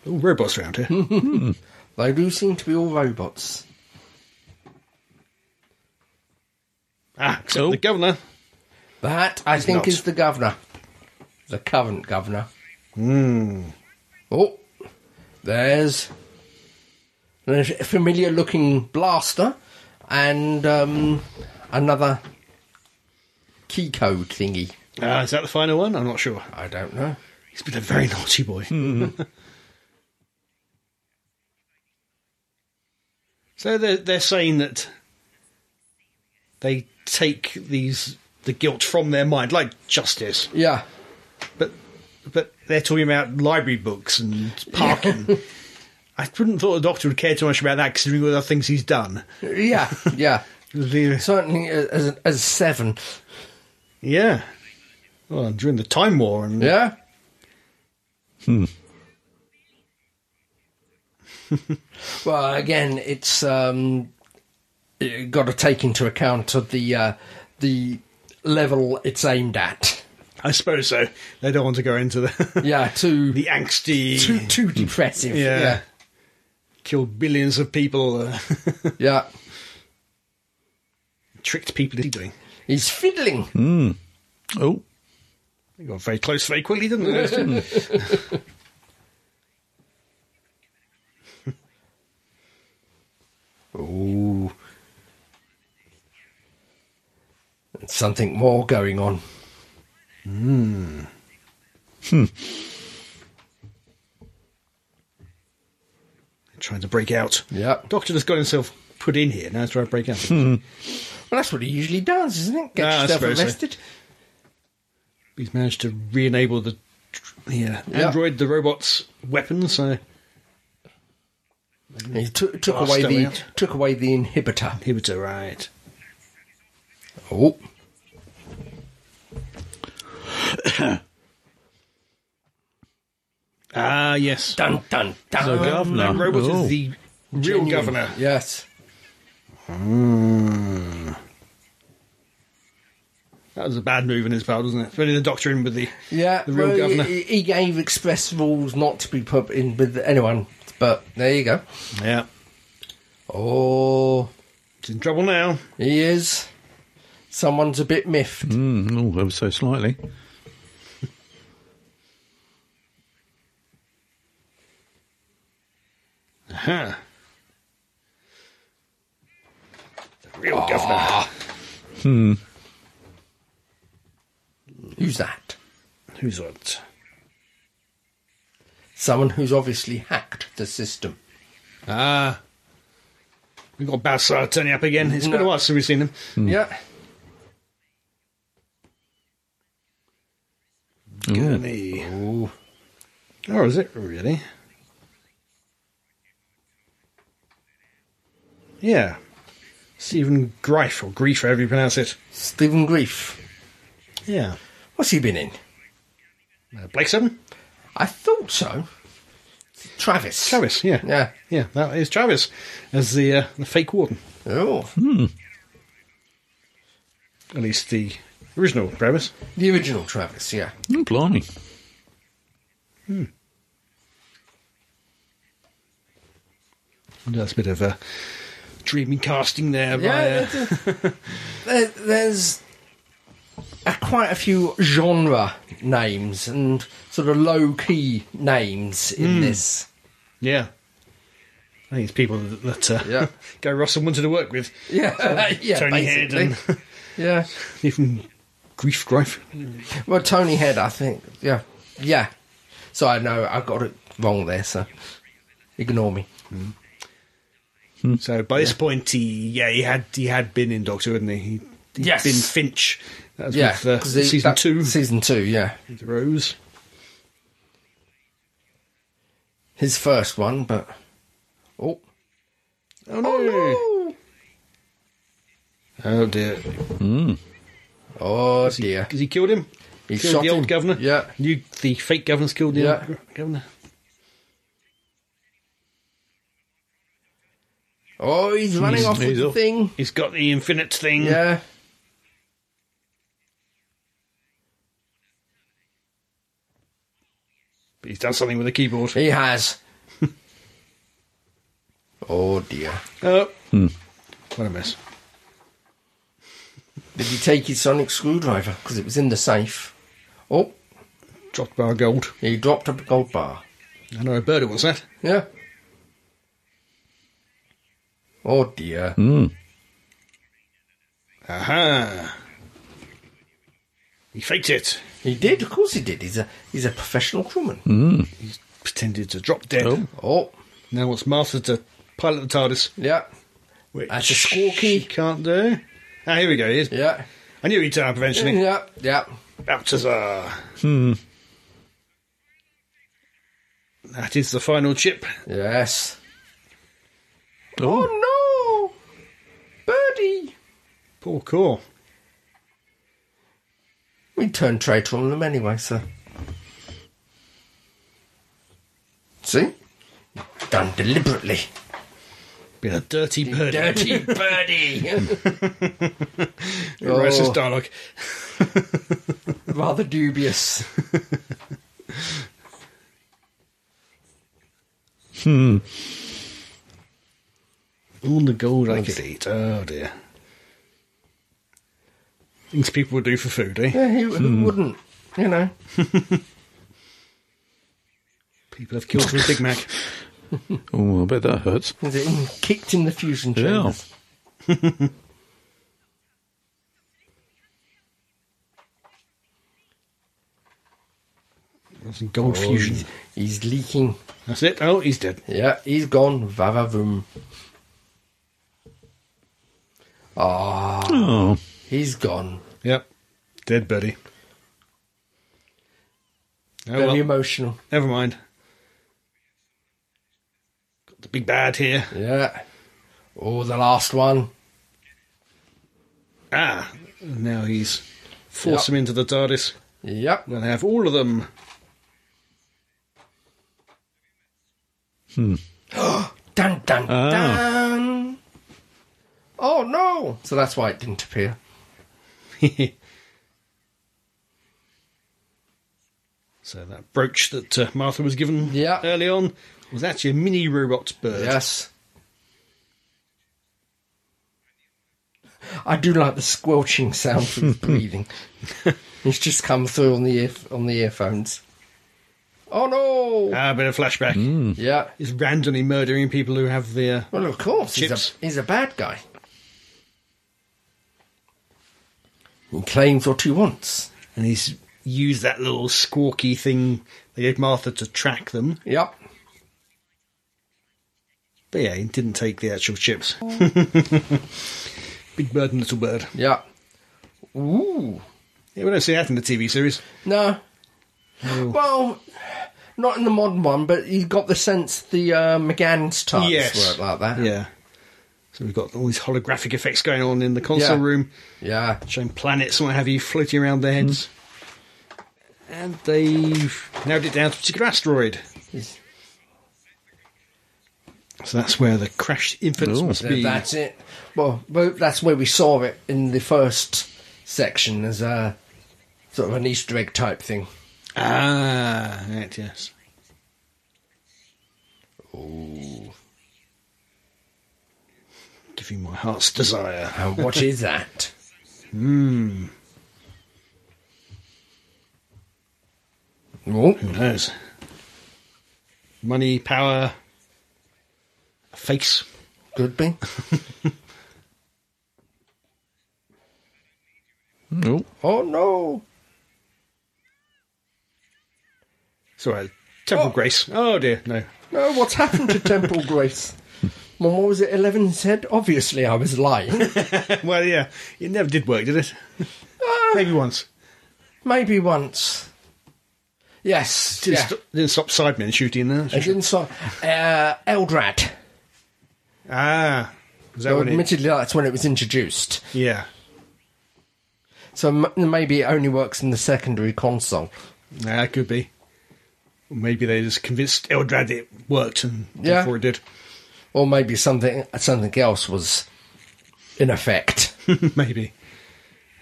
S3: All robots around here.
S2: They do seem to be all robots.
S3: ah, except
S1: Oh.
S3: the governor.
S2: That, I think,
S3: not.
S2: is the governor. The current governor. Hmm. Oh, there's a familiar looking blaster and um, another key code thingy.
S3: Ah, is that the final one? I'm not sure.
S2: I don't know.
S3: He's been a very naughty boy. (laughs) so they're, they're saying that they take these the guilt from their mind, like justice,
S2: Yeah.
S3: but but they're talking about library books and
S2: (laughs)
S3: parking. I wouldn't thought the doctor would care too much about that, considering all the other things he's done.
S2: Yeah. Yeah. (laughs)
S3: The-
S2: Certainly as, as seven.
S3: yeah. Well, during the Time War and
S2: Yeah. Hmm. (laughs) well, again, it's um, got to take into account of the uh, the level it's aimed at.
S3: (laughs) I suppose so. They don't want to go into the (laughs)
S2: Yeah, too
S3: the angsty. (laughs)
S2: too too depressive.
S3: Yeah. killed billions of people, uh, (laughs)
S2: yeah, yeah.
S3: tricked people into doing.
S2: He's fiddling.
S3: Hmm.
S1: Oh,
S3: They got very close very quickly, didn't they? Those two?
S2: (laughs)
S3: (laughs)
S2: Ooh. There's Something more going on.
S3: trying to break out.
S2: Yeah. Hmm. Well,
S3: Doctor just got himself put in here. Now he's trying to break out. These
S2: that's what he usually does, isn't it? Get
S3: Ah, I
S2: yourself
S3: suppose so.
S2: arrested.
S3: He's managed to re-enable the the uh, android, the robot's weapon. So
S2: He took, took
S3: Oh,
S2: away
S3: still
S2: the
S3: out.
S2: took away the inhibitor.
S3: he was all right.
S2: Oh.
S3: Ah, yes.
S2: Dun dun dun.
S1: the governor.
S3: That robot
S1: Oh.
S3: is the real
S2: Genuine.
S3: governor.
S2: Yes.
S3: That was a bad move on his part, wasn't it? Putting the Doctor in with the
S2: Yeah.
S3: the real
S2: well,
S3: governor.
S2: He, he gave express rules not to be put in with anyone, but there you go.
S3: yeah.
S2: Oh,
S3: He's in trouble now.
S2: he is. Someone's a bit miffed.
S3: Hmm.
S1: mm, oh, ever so slightly.
S3: Huh. The real
S2: Ah.
S3: governor.
S2: Who's that?
S3: Who's that?
S2: Someone who's obviously hacked the system.
S3: Ah. We've got Bassar turning up again. It's been a
S2: No.
S3: while since we've seen him.
S2: Yeah.
S3: Goody.
S2: Oh,
S3: Oh, is it really? Yeah. Stephen Greif, or Grief, however you pronounce it.
S2: Stephen Grief.
S3: Yeah.
S2: What's he been in?
S3: Uh, Blake Seven?
S2: I thought so. Travis.
S3: Travis, yeah.
S2: Yeah.
S3: Yeah, that is Travis as the, uh, the fake warden.
S2: Oh.
S3: Hmm. At least the original Travis.
S2: The original Travis, yeah.
S1: Mm, blimey.
S3: That's a bit of a dreaming casting there. by, uh,
S2: Yeah, there, there's a, quite a few genre names and sort of low key names
S3: Hmm.
S2: in this.
S3: Yeah. I think it's people that, that uh,
S2: Yeah.
S3: (laughs) Gary Russell wanted to work with.
S2: Yeah, (laughs) yeah,
S3: Tony Head
S2: basically.
S3: and
S2: yeah.
S3: even Grief Grief.
S2: Well, Tony Head, I think. Yeah, yeah. So I know I got it wrong there. So ignore me.
S3: So by this point, he yeah he had he had been in Doctor, hadn't he? he had
S2: Yes.
S3: been Finch. That was
S2: Yeah,
S3: with uh,
S2: 'cause he-
S3: season
S2: that-
S3: two.
S2: Season two. Yeah,
S3: with Rose.
S2: his first one, but oh,
S3: Oh
S2: oh
S3: no!
S2: no.
S3: Oh dear!
S2: Oh
S3: Yeah,
S2: dear. Oh,
S3: because he killed him.
S2: He
S3: Killed
S2: shot
S3: the old
S2: him.
S3: governor.
S2: Yeah.
S3: You, the fake governor's killed the
S2: Yeah.
S3: old governor.
S2: Oh, he's running
S1: He's-
S2: off with
S1: he's
S2: the
S1: off.
S2: thing.
S3: He's got the infinite thing.
S2: Yeah.
S3: But he's done something with the keyboard.
S2: He has. oh dear.
S3: Oh. What a mess.
S2: Did he take his sonic screwdriver? Because it was in the safe. Oh,
S3: Dropped bar gold.
S2: he dropped a gold bar.
S3: I know a bird it was that.
S2: Yeah. Oh dear.
S3: Aha. He faked it.
S2: He did. Of course he did. He's a he's a professional crewman.
S3: Pretended to drop dead.
S1: Oh.
S2: Oh,
S3: Now wants Martha to pilot the TARDIS.
S2: yeah,
S3: Which
S2: That's a squawky.
S3: She can't do. Ah, here we go. Here's,
S2: yeah,
S3: I knew he'd turn up eventually.
S2: yeah, Hmm. yeah.
S3: Balthazar. That is the final chip.
S2: Yes.
S1: Oh,
S2: Oh no, Birdie.
S3: Poor core.
S2: We turned traitor on them anyway, sir. See, done deliberately.
S3: Been a dirty bird. (laughs)
S2: Dirty Birdie. Oh,
S3: Racist dialogue.
S2: rather dubious.
S3: All the gold I could eat. Oh dear. Things people would do for food, eh?
S2: Yeah, who, who wouldn't? You know.
S3: People have killed for a
S2: (laughs)
S3: Big Mac.
S1: oh, I bet that hurts.
S2: Is it kicked in the fusion
S1: Yeah.
S2: chambers?
S3: That's some gold
S2: Oh,
S3: fusion.
S2: he's- He's leaking.
S3: That's it. Oh, he's dead.
S2: Yeah, he's gone. Vava vroom. Ah,
S1: Oh,
S2: he's gone.
S3: Yep. Dead buddy. Oh,
S2: Very
S3: well.
S2: emotional.
S3: Never mind. Got the big bad here.
S2: Yeah. Oh, the last one.
S3: Ah, now he's forced
S2: Yep.
S3: him into the TARDIS.
S2: Yep.
S3: We'll have all of them. (laughs)
S2: Dun dun
S1: Ah.
S2: dun. Oh no! So that's why it didn't appear.
S3: so that brooch that uh, Martha was given
S2: Yeah.
S3: early on was actually a mini robot bird.
S2: Yes. I do like the squelching sound from
S3: (laughs)
S2: his breathing. it's just come through on the ear, on the earphones. Oh no!
S3: Ah, a bit of flashback.
S2: yeah.
S3: He's randomly murdering people who have uh, their.
S2: Well, of course, he's
S3: Chips.
S2: a, he's a bad guy. He claims what he wants.
S3: And he's used that little squawky thing they gave Martha to track them.
S2: Yep.
S3: But yeah, he didn't take the actual chips. Oh. (laughs) Big bird and little bird.
S2: Yep. Ooh.
S3: Yeah, we don't see that in the TV series.
S2: No. Well, not in the modern one, but you got the sense the uh, McGann's types work like that.
S3: Yeah. So we've got all these holographic effects going on in the console
S2: Yeah.
S3: room,
S2: Yeah.
S3: showing planets and what have you floating around their
S2: Mm.
S3: heads. And they've narrowed it down to a particular asteroid.
S2: Yes.
S3: So that's where the crashed infants
S1: Ooh.
S3: must
S2: Th-
S3: be.
S2: That's it. Well, well, that's where we saw it in the first section as a sort of an Easter egg type thing.
S3: Ah, right, yes.
S2: Ooh.
S3: Give you my heart's desire.
S2: And Uh, what
S3: (laughs)
S2: is that?
S3: Hmm.
S2: Oh,
S3: Who knows? Money, power, a face.
S2: could be.
S1: no.
S2: Oh no.
S3: Sorry, temple
S2: Oh.
S3: grace. Oh dear, no. (laughs)
S2: No, what's happened to Temple Grace? Mum, what was it? Eleven said. Obviously, I was lying.
S3: well, yeah, it never did work, did it? Maybe once.
S2: Maybe once. Yes.
S3: Didn't,
S2: yeah.
S3: stop, didn't stop Sidemen shooting there.
S2: I didn't saw uh, Eldrad.
S3: Ah, was that
S2: Though
S3: what it?
S2: admittedly, that's when it was introduced.
S3: Yeah,
S2: So m- maybe it only works in the secondary console.
S3: Yeah, that could be. Or maybe they just convinced Eldrad it worked and
S2: Yeah.
S3: therefore it did. (laughs)
S2: Or maybe something something else was in effect.
S3: maybe.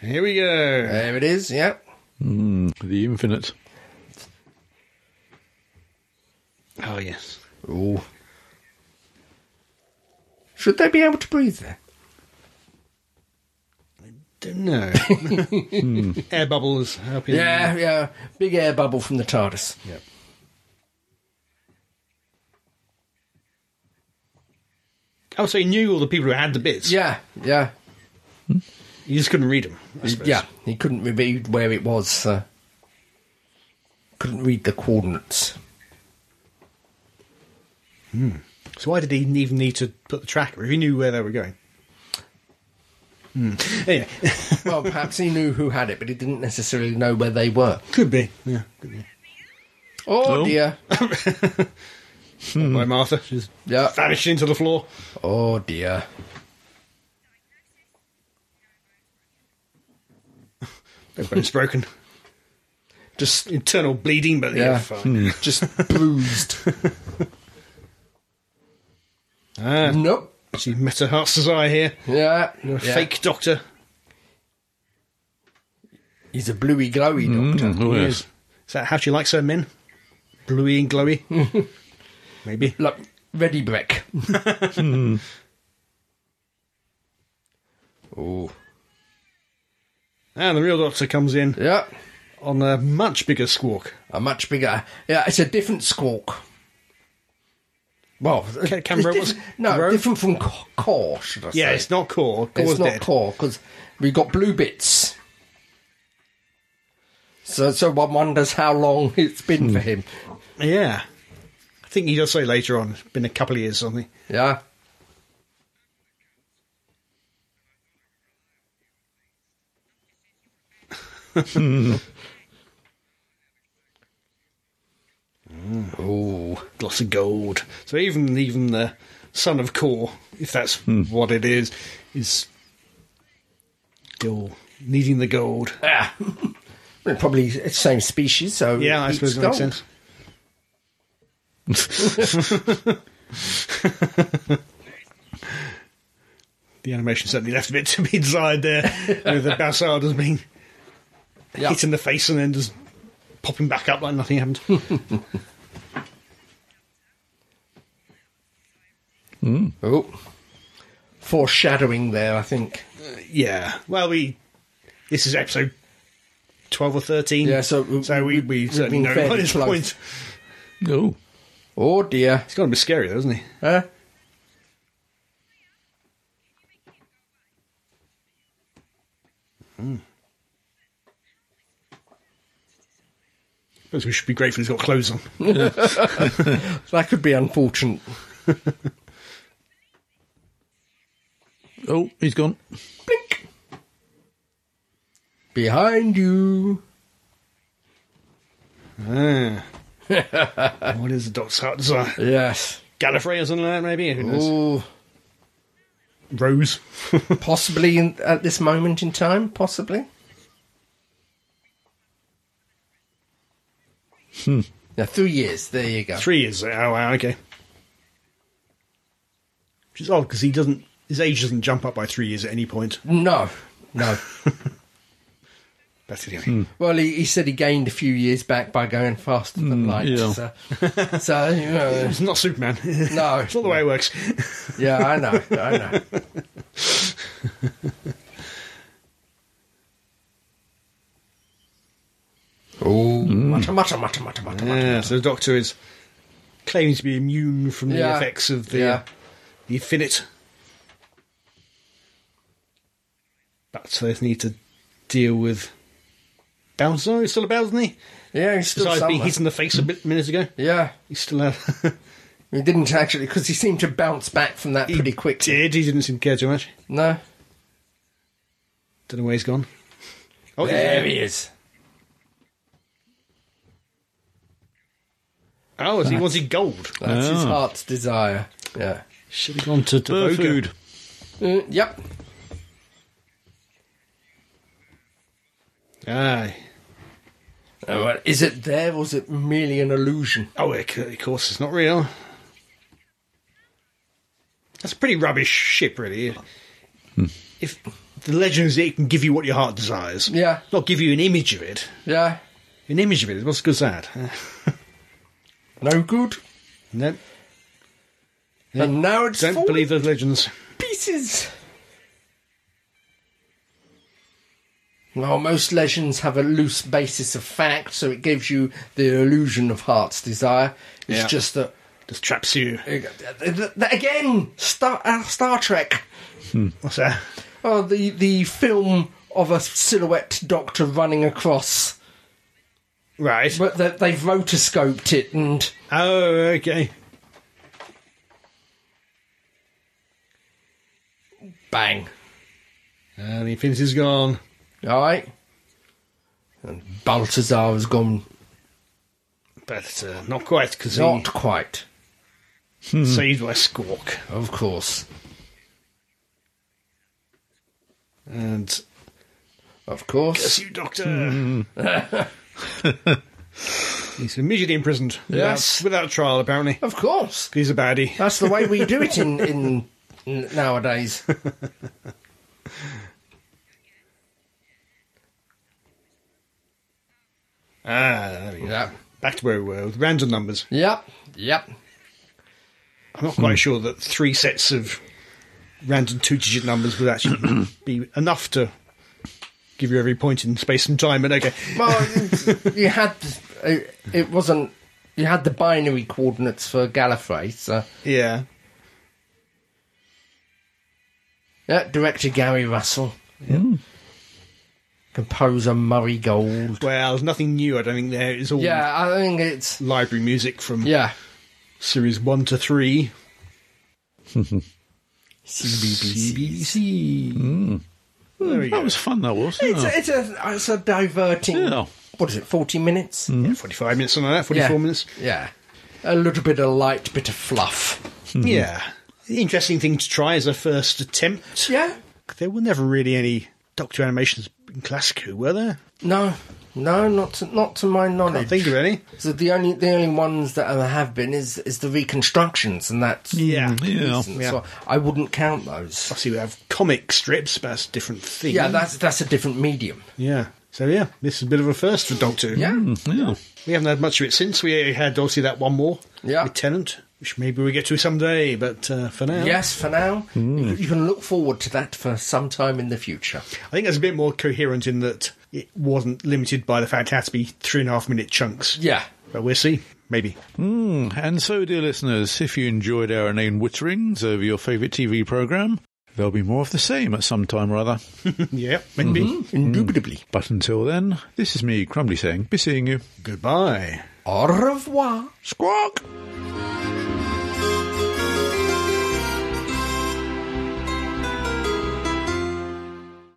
S3: Here we go.
S2: there it is, yeah.
S1: The infinite. (laughs)
S3: Oh, yes.
S2: Ooh. Should they be able to breathe there?
S3: Don't (laughs) know. Air bubbles helping.
S2: Yeah, yeah. Big air bubble from the TARDIS.
S3: Yep. Oh, so he knew all the people who had the bits.
S2: Yeah, yeah.
S3: You just couldn't read them, I suppose.
S2: Yeah, he couldn't read where it was. So. Couldn't read
S1: (laughs)
S2: the coordinates.
S3: So why did he even need to put the tracker if he knew where they were going? Hmm. Anyway, (laughs)
S2: well, perhaps he knew who had it, but he didn't necessarily know where they were.
S3: could be. Yeah, could be.
S2: Oh,
S1: Oh.
S2: dear.
S3: By Martha, Hmm. she's
S2: Yeah.
S3: vanished into the floor.
S2: Oh dear.
S3: Their bone's broken.
S2: Just
S3: Internal bleeding, but yeah,
S2: Yeah.
S3: fine.
S2: just bruised.
S3: Ah,
S2: Mm, nope.
S3: (laughs) she met her heart's desire here.
S2: Yeah.
S3: You're a
S2: Yeah.
S3: fake doctor.
S2: He's a bluey glowy doctor.
S1: Mm, oh, yes.
S3: Is that how she likes her men? Bluey and glowy?
S2: (laughs)
S3: Maybe.
S2: Look,
S1: (laughs)
S2: ready brick.
S1: Hmm.
S2: oh.
S3: And the real doctor comes in
S2: Yeah.
S3: on a much bigger squawk.
S2: A much bigger. Yeah, it's a different squawk. Well,
S3: Ca-
S2: it's
S3: Canberra was-
S2: different, no
S3: Grow?
S2: different from co- core. Should I say?
S3: Yeah, it's not core. Core's
S2: it's not
S3: dead.
S2: core because we got blue bits. So, so one wonders how long (laughs) it's been
S3: Hmm.
S2: for him.
S3: Yeah. I think he does say later on, it's been a couple of years or something.
S2: Yeah. oh,
S3: Lots of gold. So even even the son of core, if that's
S2: Hmm.
S3: what it is, is still needing the gold.
S2: ah. (laughs) Well, Probably it's the same species, so
S3: Yeah, I
S2: it
S3: suppose
S2: eats
S3: that makes
S2: gold.
S3: sense. the animation certainly left a bit to be
S2: (laughs)
S3: desired there, with the Basardas being
S2: Yeah.
S3: hit in the face and then just popping back up like nothing happened.
S2: Hmm. Oh, foreshadowing there, I think.
S3: yeah. Well, we. This is episode 12 or 13.
S2: Yeah, so we-
S3: so we,
S2: we-
S3: we
S2: we've
S3: certainly
S2: been
S3: know
S2: fairly
S3: by this
S2: close.
S3: point.
S1: Oh.
S2: Oh dear.
S3: It's got to be scary, though, isn't it?
S2: Huh?
S3: I suppose we should be grateful he's got
S2: (laughs)
S3: clothes on.
S2: That could be unfortunate.
S1: Oh, he's gone.
S2: Blink. Behind you.
S3: Ah. what is the Doctor's Heart Desire?
S2: Yes.
S3: Gallifrey or something like that, maybe? Who knows?
S2: Oh,
S3: Rose.
S2: possibly in, at this moment in time, possibly. Yeah, three years. There you go.
S3: Three years. Oh, wow, okay. Which is odd because he doesn't. His age doesn't jump up by three years at any point.
S2: No, no.
S3: That's the only.
S2: well, he, he said he gained a few years back by going faster than light.
S1: yeah.
S2: So, so you know,
S3: It's not Superman. (laughs)
S2: (laughs)
S3: it's
S2: no.
S3: not the way it works.
S2: Yeah, I know. I know. Oh, mutter, mutter, mutter, mutter, mutter, mutter.
S3: Yeah, so the Doctor is claiming to be immune from the
S2: Yeah.
S3: effects of the,
S2: Yeah.
S3: the infinite. But they need to deal with Bowser. He's still a Bowser, isn't he?
S2: Yeah, he's still
S3: Besides being
S2: somewhere.
S3: hit in the face a bit, minute ago.
S2: Yeah,
S3: He's still uh, (laughs) out.
S2: he didn't actually because he seemed to bounce back from that pretty quickly.
S3: Did. He didn't seem to care too much.
S2: No,
S3: Don't know where he's gone. Oh,
S2: there he is.
S3: Oh, he wanted gold.
S2: That's his
S1: Ah.
S2: heart's desire. Yeah.
S3: Should have gone to
S1: Bird
S3: Toboga.
S1: food.
S2: Mm, yep.
S3: Aye.
S2: Oh, well, Is it there or is it merely an illusion?
S3: Oh, it, of course, it's not real. That's a pretty rubbish ship, really. If the legend is it can give you what your heart desires,
S2: Yeah.
S3: not give you an image of it.
S2: Yeah.
S3: An image of it. What's good's that? Uh,
S2: No good.
S3: no,
S2: And now it's
S3: don't
S2: falling
S3: believe those legends.
S2: pieces. Well, most legends have a loose basis of fact, so it gives you the illusion of heart's desire. It's
S3: Yeah.
S2: just that
S3: Just traps you.
S2: again, Star, uh, Star Trek.
S3: What's that?
S2: Oh, the the film of a silhouette doctor running across,
S3: Right.
S2: but they, they've rotoscoped it, and
S3: Oh, okay.
S2: bang.
S3: And the infinity's gone.
S2: All right. And Balthazar has gone.
S3: But uh, not quite, because
S2: Not
S3: he
S2: quite,
S3: saved by Squawk.
S2: of course,
S3: And
S2: of course.
S3: Curse you, Doctor. (laughs) He's immediately imprisoned.
S2: Yes.
S3: Without, without trial, apparently.
S2: Of course.
S3: He's a baddie.
S2: That's the way we do it in, in n- nowadays.
S3: Ah, there we go.
S2: Yep.
S3: Back to where we were with random numbers.
S2: Yep. Yep.
S3: I'm not quite sure that three sets of random two digit numbers would actually be enough to give you every point in space and time, but okay.
S2: Well, you had it, it wasn't. You had the binary coordinates for Gallifrey, so
S3: Yeah.
S2: yeah. Director Gary Russell, Mm. composer Murray Gold.
S3: Well, there's nothing new, I don't think there. It's all
S2: Yeah, I think it's
S3: library music from
S2: yeah.
S3: series one to three.
S2: CBBC.
S3: BBC. There we
S1: Hmm. That
S3: go.
S1: was fun, that was.
S2: Mm. It's
S1: yeah.
S2: a, it's a it's a diverting.
S1: Yeah.
S2: What is it? Forty minutes.
S3: Yeah, 45 minutes, something like that, 44
S2: yeah.
S3: minutes.
S2: Yeah, a little bit of light, bit of fluff.
S3: Yeah. Interesting thing to try as a first attempt.
S2: Yeah.
S3: There were never really any Doctor animations in Classic Who, were there?
S2: No, no, not to, not to my
S3: I
S2: knowledge.
S3: think of any.
S2: So the only the only ones that uh, have been is is the reconstructions, and that's
S3: Yeah.
S1: Mm, Yeah.
S2: recent,
S3: Yeah.
S2: so I wouldn't count those.
S3: Obviously, we have comic strips, but that's a different thing.
S2: Yeah, that's that's a different medium.
S3: Yeah. So, yeah, this is a bit of a first for Doctor Who.
S2: Yeah,
S1: Mm, Yeah.
S3: We haven't had much of it since. We had, obviously, that one more.
S2: Yeah.
S3: With Tennant, which maybe we get to someday, but uh, for now.
S2: yes, for now
S3: Hmm.
S2: you, you can look forward to that for some time in the future.
S3: I think that's a bit more coherent in that it wasn't limited by the fact it had to be three and a half minute chunks.
S2: Yeah,
S3: But we'll see. Maybe. (laughs)
S1: Mm, And so, dear listeners, if you enjoyed our inane witterings over your favourite TV programme, there'll be more of the same at some time or other.
S3: yeah, maybe.
S2: Mm-hmm. indubitably.
S1: But until then, this is me, Crumbly, saying, be seeing you.
S3: Goodbye.
S2: Au revoir.
S1: Squawk!